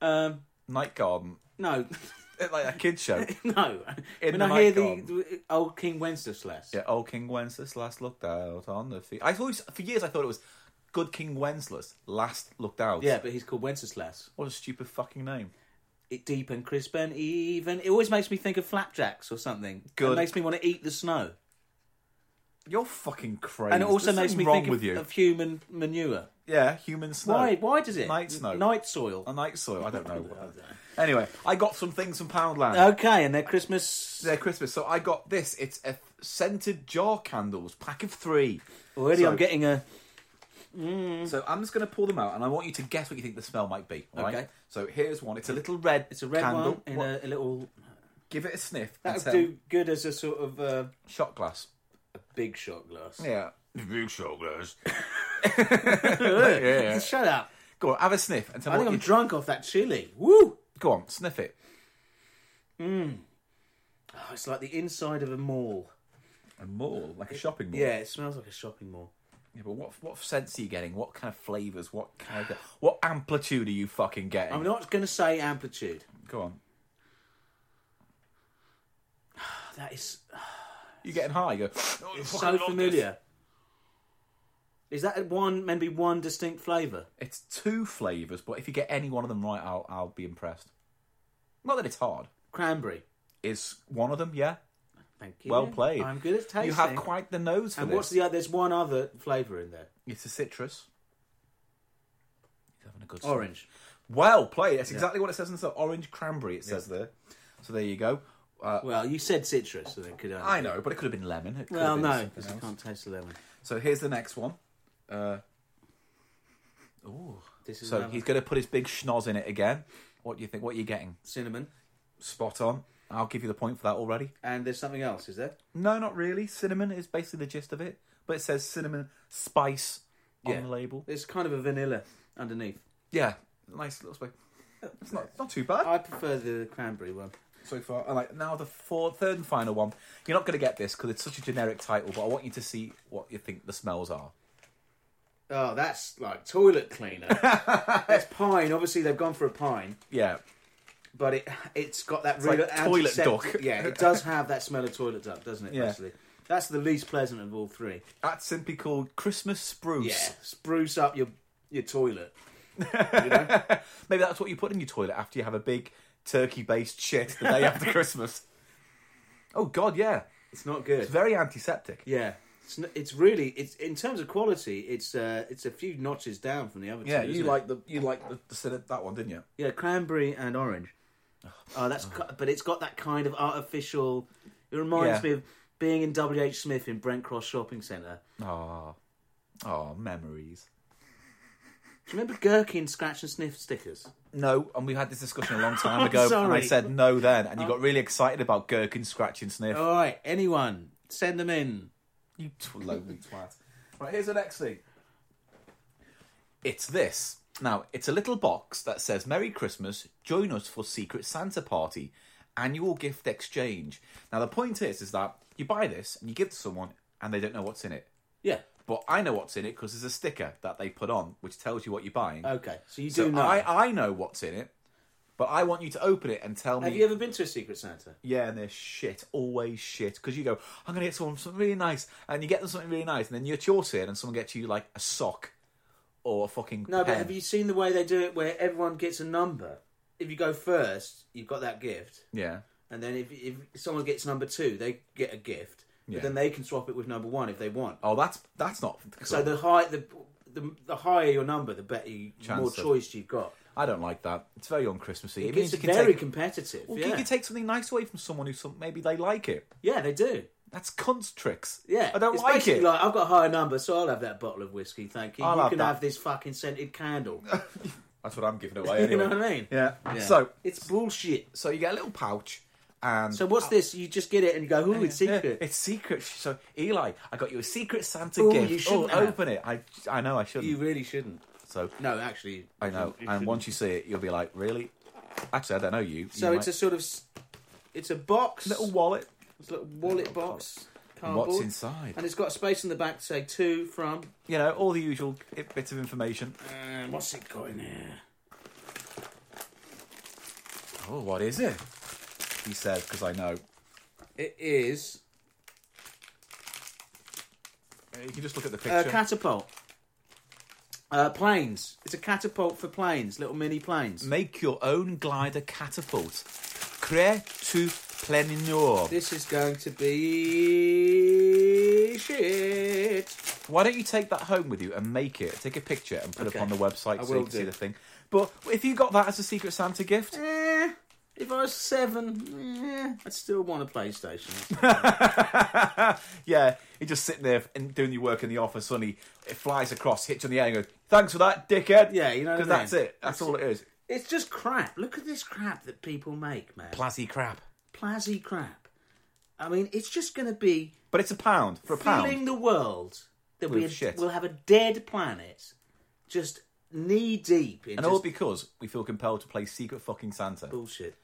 S1: um
S2: night garden,
S1: no <laughs>
S2: It's like a kids show.
S1: no
S2: In
S1: when
S2: the
S1: I hear
S2: night
S1: the, the old King Wenceslas
S2: oh, yeah, old King Wenceslas looked out on the feet. I always, for years, I thought it was good King Wenceslas last looked out.
S1: Yeah, but he's called Wenceslas.
S2: What a stupid fucking name.
S1: It deep and crisp and even. It always makes me think of flapjacks or something.
S2: Good.
S1: It makes me want to eat the snow.
S2: You're fucking crazy.
S1: And it also
S2: There's
S1: makes
S2: something
S1: me
S2: wrong
S1: think
S2: with
S1: of,
S2: you.
S1: of human manure.
S2: yeah, human snow.
S1: Why? Why does it?
S2: Night snow.
S1: Night soil.
S2: A night soil. I don't know.
S1: <laughs>
S2: anyway, I got some things from Poundland.
S1: Okay, and their Christmas.
S2: their Christmas. So I got this. It's a scented jar candles, pack of three.
S1: Already,
S2: so-
S1: I'm getting a. Mm.
S2: So I'm just going to pull them out, and I want you to guess what you think the smell might be. all right?
S1: Okay.
S2: So here's one. It's a little red.
S1: It's a red
S2: candle.
S1: one in
S2: What-
S1: a, a little.
S2: Give it a sniff. and
S1: That would
S2: tell-
S1: do good as a sort of uh,
S2: Shot glass.
S1: big shot glass.
S2: Yeah. Big shot glass.
S1: <laughs> Shut up!
S2: Go on, have a sniff and tell
S1: I
S2: me
S1: think
S2: what
S1: I'm
S2: you...
S1: drunk off that chili. Woo!
S2: Go on, sniff it.
S1: Oh, it's like the inside of a mall.
S2: A mall, like a shopping mall.
S1: Yeah, it smells like a shopping mall.
S2: Yeah, but what what scents are you getting? What kind of flavors? What kind of what amplitude are you fucking getting?
S1: I'm not going to say amplitude.
S2: Go on.
S1: That is
S2: You're getting high. You go. "Oh, I Oh, fucking
S1: so
S2: love this."
S1: familiar. Is that one maybe one distinct flavour?
S2: It's two flavors, but if you get any one of them right, I'll I'll be impressed. Not that it's hard.
S1: Cranberry.
S2: Is one of them? Yeah.
S1: Thank you.
S2: Well played.
S1: I'm good at tasting.
S2: You have quite the nose for
S1: And
S2: this.
S1: what's the other? There's one other flavour in there.
S2: It's a citrus. He's having a good sniff.
S1: Orange.
S2: Well played. That's exactly what it says in the orange cranberry. It says there. So there you go. Uh,
S1: Well, you said citrus, so it could. Only
S2: I know, but it could have been lemon. It could
S1: Well,
S2: have been
S1: no,
S2: something
S1: because I
S2: else.
S1: can't taste the lemon.
S2: So here's the next one. Uh,
S1: This is
S2: So
S1: another-
S2: he's going to put his big schnoz in it again. What do you think? What are you getting?
S1: cinnamon,
S2: Spot on. I'll give you the point for that already.
S1: and there's something else, is there?
S2: No, not really. Cinnamon is basically the gist of it, but it says cinnamon spice
S1: Yeah.
S2: on the label.
S1: There's kind of a vanilla underneath.
S2: Yeah, nice little spice. It's not not too bad.
S1: I prefer the cranberry one.
S2: so far. And like now the four, third and final one. You're not going to get this because it's such a generic title, but I want you to see what you think the smells are.
S1: Oh, that's like toilet
S2: <laughs>
S1: cleaner. that's pine. Obviously, they've gone for a pine,
S2: Yeah,
S1: but it it's got that
S2: like
S1: real
S2: toilet
S1: antiseptic- <laughs>
S2: duck.
S1: yeah, it does have that smell of toilet duck, doesn't it?
S2: Yeah.
S1: Actually, that's the least pleasant of all three.
S2: that's simply called Christmas
S1: Yeah,
S2: spruce.
S1: spruce up your your toilet.
S2: <laughs> Maybe that's what you put in your toilet after you have a big turkey-based shit the
S1: <laughs>
S2: day after Christmas. Oh God, yeah,
S1: It's not good.
S2: it's very antiseptic.
S1: yeah. It's, n- it's really it's in terms of quality, it's uh, it's a few notches down from the other
S2: Yeah,
S1: two.
S2: you
S1: isn't it?
S2: like the you like the, the cin- that one, didn't you?
S1: Yeah, cranberry and orange. Oh, that's cu- but it's got that kind of artificial. It reminds me
S2: Yeah.
S1: of being in W. H. Smith in Brent Cross Shopping Centre.
S2: Ah, ah, memories.
S1: Do you remember gherkin scratch and sniff stickers?
S2: No, and we had this discussion
S1: <laughs>
S2: a long time ago, and I
S1: sorry. Uh,
S2: said no then, and you got really excited about gherkin scratch and sniff.
S1: All right, anyone send them in.
S2: You <laughs> tw- lonely twat. Right, here's the next thing. It's this. Now, it's a little box that says Merry Christmas, join us for Secret Santa Party, annual gift exchange. Now, the point is, is that you buy this and you give it to someone and they don't know what's in it.
S1: Yeah.
S2: But I know what's in it because there's a sticker that they put on which tells you what you're buying.
S1: Okay, so Oh, you do
S2: So
S1: know.
S2: I, I know what's in it, but I want you to open it and tell
S1: Have
S2: me.
S1: you ever been to a Secret Santa?
S2: Yeah, and they're shit, always shit. Because you go, I'm going to get someone something really nice, and you get them something really nice, and then you're your turn, and someone gets you like a sock or a fucking
S1: No, but
S2: pen.
S1: have you seen the way they do it, where everyone gets a number? If you go first, you've got that gift,
S2: Yeah,
S1: and then if if someone gets number two, they get a gift.
S2: Yeah.
S1: But then they can swap it with number one if they want.
S2: oh, that's that's not.
S1: So the high the the, the higher your number, the better you,
S2: Chance
S1: more
S2: of-
S1: choice you've got.
S2: I don't like that. It's very un-Christmassy. It, means
S1: It's
S2: you can
S1: very
S2: take.
S1: competitive.
S2: well,
S1: yeah.
S2: You can take something nice away from someone who some, maybe they like it.
S1: yeah, they do.
S2: That's cunt tricks.
S1: Yeah,
S2: I don't
S1: it's
S2: like
S1: basically
S2: it.
S1: Like I've got a higher number, so I'll have that bottle of whiskey. Thank you.
S2: I'll
S1: you
S2: have
S1: can
S2: that.
S1: have this fucking scented
S2: <laughs>
S1: candle.
S2: that's what
S1: <laughs>
S2: I'm giving away. Anyway.
S1: you know what I mean?
S2: Yeah.
S1: Yeah.
S2: So
S1: it's bullshit.
S2: so you get a little pouch, and
S1: So what's this? You just get it and you go, "Ooh, Oh, it's secret."
S2: Yeah, it's secret. So Eli, I got you a secret Santa
S1: Ooh,
S2: gift.
S1: you shouldn't
S2: oh,
S1: have.
S2: open it. I I know I shouldn't.
S1: you really shouldn't.
S2: so
S1: No, actually,
S2: I know.
S1: you
S2: and
S1: shouldn't.
S2: once you see it, you'll be like, really? Actually, I don't know you.
S1: So
S2: You
S1: it's
S2: might-
S1: a sort of s- it's a box,
S2: little wallet.
S1: it's a little wallet box,
S2: And
S1: cardboard,
S2: What's inside?
S1: and it's got a space in the back to say two from.
S2: You know, all the usual i- bits of information.
S1: And what's it got in there?
S2: Oh, what is it? He said, because I know.
S1: It is
S2: You can just look at the
S1: a Uh,
S2: picture.
S1: catapult. Uh, planes. It's a catapult for planes, little mini planes.
S2: Make your own glider catapult. Crée tu plenilor.
S1: This is going to be shit.
S2: Why don't you take that home with you and make it? Take a picture and put
S1: Okay.
S2: it up on the website
S1: I
S2: so you
S1: will
S2: can see
S1: do.
S2: the thing. But if you got that as a Secret Santa gift,
S1: Eh, if I was seven, eh, I'd still want a PlayStation.
S2: yeah, you're just sitting there and doing your work in the office. Suddenly, it flies across, hits you in the air, and goes, "Thanks for that, dickhead."
S1: Yeah, you know what I
S2: because that's
S1: mean.
S2: it. That's all it is.
S1: it's just crap. Look at this crap that people make, man.
S2: Plasty crap.
S1: Plazzy crap. I mean, it's just going to be
S2: But it's a pound for a pound.
S1: filling the world that
S2: With
S1: we
S2: shit.
S1: will have a dead planet, just knee deep in
S2: and
S1: just
S2: all because we feel compelled to play Secret fucking Santa.
S1: bullshit.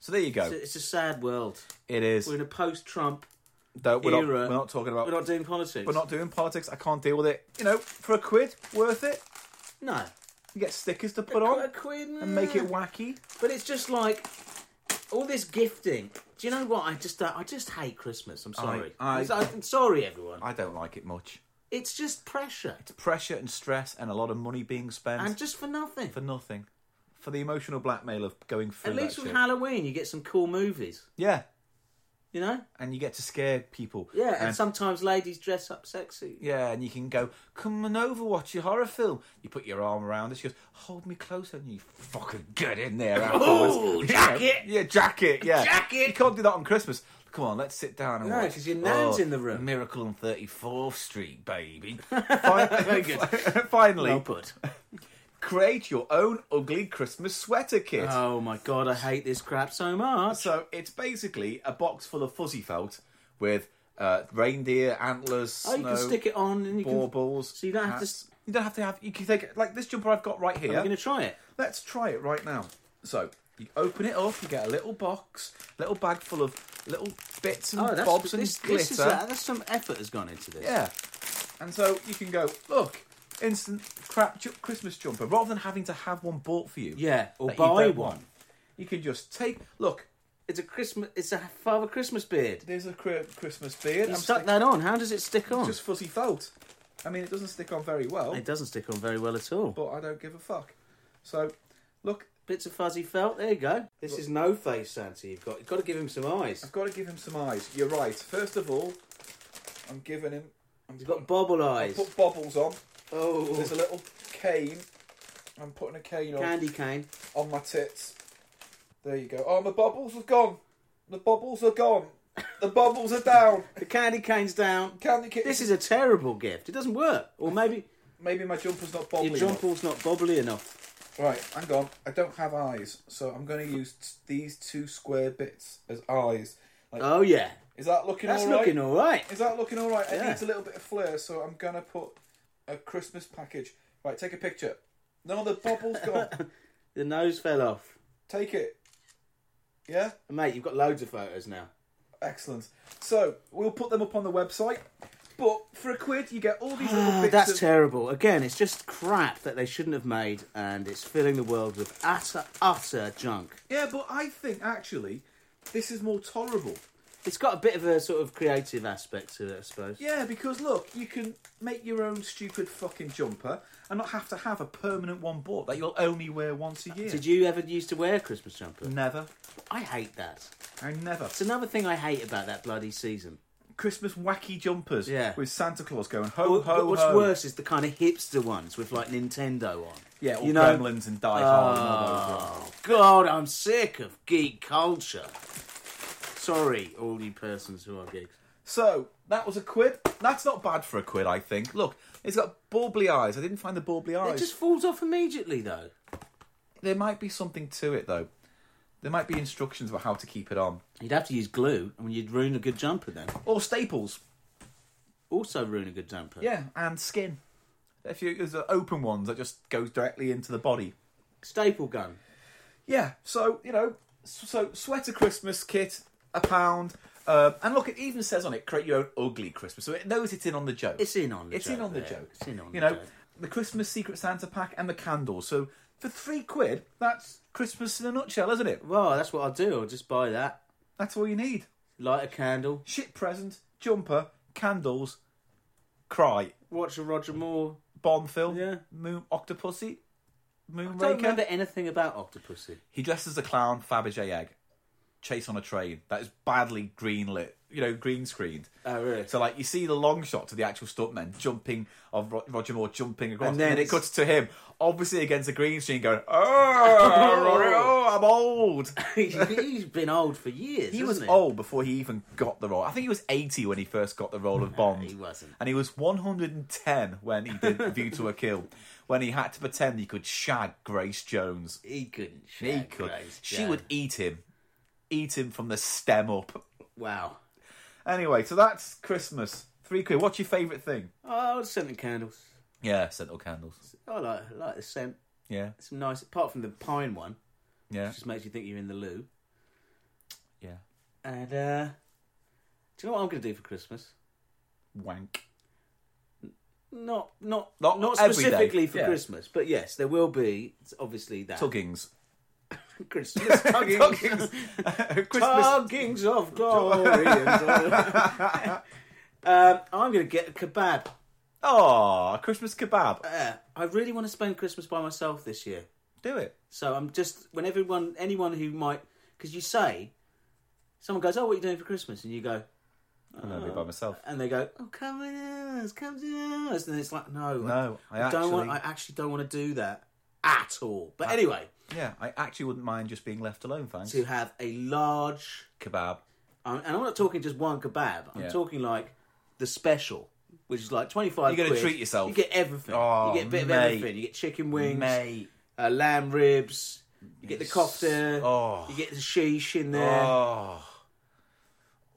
S2: So there you go.
S1: It's a, it's a sad world.
S2: It is.
S1: We're in a post-Trump
S2: Don't- we're, not,
S1: era.
S2: we're not talking about.
S1: We're not doing politics.
S2: we're not doing politics. I can't deal with it. You know, for a quid, worth it.
S1: No.
S2: You get stickers to put
S1: A
S2: on
S1: quid,
S2: and make it
S1: nah.
S2: wacky.
S1: But it's just like all this gifting. Do you know what? I just uh, I just hate Christmas. I'm sorry.
S2: I-
S1: It's- I'm sorry, everyone.
S2: I don't like it much.
S1: it's just pressure
S2: Pressure and stress and a lot of money being spent
S1: and just for nothing.
S2: for nothing. For the emotional blackmail of going through
S1: At least
S2: that
S1: with
S2: shit.
S1: Halloween, you get some cool movies.
S2: yeah,
S1: You know?
S2: and you get to scare people.
S1: Yeah, and,
S2: and
S1: sometimes ladies dress up sexy.
S2: yeah, and you can go, come on over, watch your horror film. You put your arm around her, she goes, hold me closer, and you fucking get in there afterwards.
S1: Ooh,
S2: Yeah,
S1: jacket!
S2: Yeah, jacket, yeah.
S1: Jacket!
S2: You can't do that on Christmas. Come on, let's sit down and
S1: No,
S2: watch. Oh,
S1: 'cause your nan's in the room.
S2: Miracle on 34th Street, baby. Fin-
S1: <laughs> Very good.
S2: <laughs> Finally,
S1: Well put.
S2: <laughs> create your own ugly Christmas sweater kit.
S1: Oh my god, I hate this crap so much.
S2: So it's basically a box full of fuzzy felt with uh, reindeer antlers.
S1: Oh, you can
S2: snow,
S1: stick it on and you can.
S2: baubles.
S1: so you don't have to
S2: hats.
S1: s-
S2: You don't have to have. You can take it like this jumper I've got right here.
S1: We're going to try it.
S2: Let's try it right now. So you open it up. You get a little box, little bag full of little bits and
S1: Oh, that's
S2: bobs and
S1: this,
S2: glitter.
S1: this is uh, that's some effort has gone into this.
S2: Yeah. And so you can go, look, instant crap ju- Christmas jumper, rather than having to have one bought for you.
S1: Yeah, or
S2: that you
S1: buy
S2: don't
S1: one.
S2: want. You can just take, look,
S1: It's a Christmas. It's a Father Christmas beard.
S2: there's a cri- Christmas beard.
S1: You
S2: I'm
S1: stuck
S2: stick-
S1: that on. How does it stick on?
S2: Just fuzzy felt. I mean, it doesn't stick on very well,
S1: It doesn't stick on very well at all.
S2: but I don't give a fuck. So, look,
S1: Bits of fuzzy felt. There you go. This is no face Santa. You've got. You've got to give him some eyes.
S2: I've got to give him some eyes. You're right. First of all, I'm giving him. I'm
S1: You've got bobble eyes.
S2: put bobbles on. There's a
S1: Oh,
S2: little cane. I'm putting a cane on.
S1: candy cane.
S2: on my tits. There you go. Oh, my bubbles are gone. The bubbles are gone. The bubbles are down.
S1: The candy cane's down.
S2: Candy kit.
S1: This is a terrible gift. It doesn't work. Or maybe
S2: maybe my jumper's not bobbly.
S1: your jumpall's not bobbly enough.
S2: enough. Right, hang on. I don't have eyes, so I'm going to use t- these two square bits as eyes. Like,
S1: Oh yeah,
S2: is that looking
S1: that's
S2: all right?
S1: looking all right.
S2: Is that looking all right? It
S1: Yeah.
S2: needs a little bit of flair, so I'm going to put a Christmas package. Right, take a picture. No, the bubble's
S1: <laughs>
S2: gone.
S1: The nose fell off.
S2: take it. Yeah.
S1: And, Mate, you've got loads of photos now.
S2: Excellent. So we'll put them up on the website. But for a quid, you get all these little bits.
S1: Ah, Oh, That's
S2: of...
S1: terrible. Again, it's just crap that they shouldn't have made, and it's filling the world with utter, utter junk.
S2: Yeah, but I think actually this is more tolerable.
S1: It's got a bit of a sort of creative aspect to it, I suppose.
S2: Yeah, because look, you can make your own stupid fucking jumper and not have to have a permanent one bought that you'll only wear once a year.
S1: Uh, Did you ever used to wear a Christmas jumper?
S2: Never.
S1: I hate that.
S2: I never.
S1: It's another thing I hate about that bloody season.
S2: Christmas wacky jumpers
S1: Yeah.
S2: with Santa Claus going ho ho ho.
S1: but what's worse is the kind of hipster ones with like Nintendo on.
S2: Yeah, or
S1: you know.
S2: Gremlins and oh, Die Hard and all those.
S1: Oh
S2: ones.
S1: God, I'm sick of geek culture. Sorry, all you persons who are geeks.
S2: So that was a quid. That's not bad for a quid, I think. Look, it's got bubbly eyes. I didn't find the bubbly
S1: It
S2: eyes.
S1: just falls off immediately, though.
S2: There might be something to it, though. There might be instructions about how to keep it on.
S1: You'd have to use glue, and you'd ruin a good jumper then.
S2: Or staples.
S1: Also, ruin a good jumper.
S2: Yeah, and skin. If you, there's uh, open ones that just goes directly into the body.
S1: Staple gun.
S2: Yeah, so, you know, s- so sweater Christmas kit, a pound. Um, and look, it even says on it, create your own ugly Christmas. So it knows it's in on the joke.
S1: It's in on the
S2: it's
S1: joke.
S2: in on the
S1: there.
S2: joke.
S1: It's in on
S2: you
S1: the
S2: know,
S1: joke.
S2: the Christmas Secret Santa pack and the candles. So for three quid, that's Christmas in a nutshell, isn't it?
S1: Well, that's what I'll do. I'll just buy that.
S2: That's all you need.
S1: Light a candle.
S2: Shit present, jumper, candles, cry.
S1: Watch a Roger Moore
S2: Bond film.
S1: Yeah.
S2: Moon Octopussy.
S1: I don't remember
S2: Moonraker.
S1: anything about Octopussy.
S2: He dresses as a clown, Fabergé egg. Chase on a train. That is badly greenlit. You know, green screened.
S1: Oh, really?
S2: So like you see the long shot to the actual stuntman jumping of Ro- Roger Moore jumping across,
S1: And
S2: and
S1: then
S2: then, it
S1: it's-
S2: cuts to him obviously against a green screen going, <laughs> "Oh, Rory, oh I'm old."
S1: <laughs> He's been old for years.
S2: He
S1: hasn't
S2: was old before he even got the role. I think he was 80 when he first got the role of Bond.
S1: he wasn't.
S2: And he was 110 when he did <laughs> View to a Kill, when he had to pretend he could shag Grace Jones.
S1: He couldn't.
S2: He
S1: shag
S2: could.
S1: Grace
S2: she
S1: Jones.
S2: would eat him, eat him from the stem up.
S1: Wow.
S2: Anyway, so that's Christmas. Three quid. What's your favourite thing?
S1: Oh, scent and candles.
S2: Yeah, scented candles.
S1: I like I like the scent.
S2: Yeah,
S1: It's nice. Apart from the pine one,
S2: yeah,
S1: it just makes you think you're in the loo.
S2: yeah.
S1: And uh, do you know what I'm going to do for Christmas?
S2: Wank.
S1: Not not not,
S2: Not
S1: not
S2: every
S1: specifically
S2: day,
S1: for
S2: yeah.
S1: Christmas, but yes, there will be it's obviously that
S2: Tuggings.
S1: <laughs> Christmas tuggings,
S2: Uh, <laughs> Tuggings. <laughs> Christmas.
S1: tuggings
S2: <laughs>
S1: of glory. and so- um, I'm going to get a kebab.
S2: Oh, Christmas kebab.
S1: Uh, I really want to spend Christmas by myself this year.
S2: Do it.
S1: So I'm just when everyone, anyone who might, because you say, someone goes, "Oh, what are you doing for Christmas?" and you go,
S2: I'm gonna be by myself.
S1: and they go, "Oh, come with us, come to us," and it's like, "No,
S2: No, I
S1: don't want. I
S2: actually-
S1: actually don't want to do that at all." But anyway,
S2: Yeah, I actually wouldn't mind just being left alone, thanks.
S1: to have a large,
S2: Kebab.
S1: um, and I'm not talking just one kebab. I'm
S2: Yeah.
S1: talking like the special. Which is like twenty five.
S2: You're gonna treat yourself.
S1: You get everything.
S2: Oh,
S1: you get a bit of
S2: mate.
S1: everything. You get chicken wings, uh, lamb ribs. You get the kofta.
S2: Oh.
S1: You get the sheesh in there.
S2: Oh.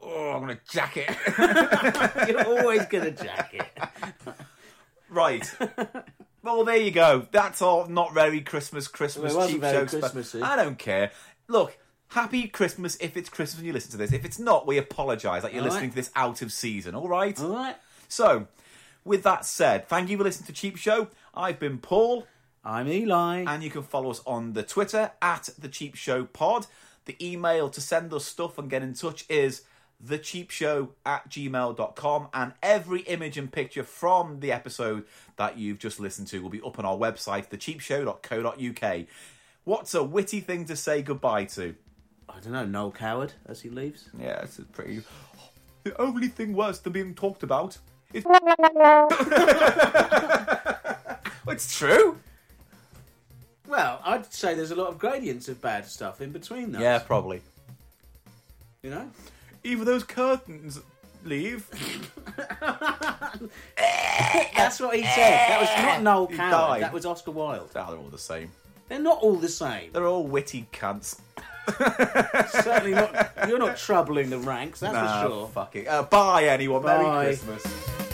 S2: Oh, I'm gonna jack it.
S1: <laughs> You're always gonna jack it.
S2: right. Well, there you go. That's all. Not very Christmas, Christmas,
S1: Well, it wasn't
S2: cheap
S1: very
S2: jokes.
S1: Christmassy.
S2: But I don't care. Look, happy Christmas if it's Christmas and you listen to this. If it's not, we apologise. Like you're
S1: All right. Oh.
S2: listening to this out of season. <laughs> All right.
S1: All right.
S2: So, with that said, thank you for listening to Cheap Show. I've been Paul.
S1: I'm Eli.
S2: and you can follow us on the Twitter at the Cheap Show Pod. The email to send us stuff and get in touch is thecheapshow at gmail.com and every image and picture from the episode that you've just listened to will be up on our website, thecheapshow.co.uk. What's a witty thing to say goodbye to?
S1: I don't know, Noel Coward as he leaves.
S2: Yeah, it's a pretty. The only thing worse than being talked about is. <laughs> it's true.
S1: Well, I'd say there's a lot of gradients of bad stuff in between those.
S2: Yeah, probably.
S1: You know?
S2: Either those curtains leave.
S1: That's what he said. That was not Noel
S2: He
S1: Coward.
S2: died.
S1: That was Oscar Wilde.
S2: Ah, they're all the same.
S1: They're not all the same.
S2: They're all witty cunts.
S1: Certainly not. You're not troubling the ranks, that's
S2: Ah,
S1: for sure.
S2: fuck it. Uh, bye, anyone.
S1: Bye.
S2: Merry Christmas.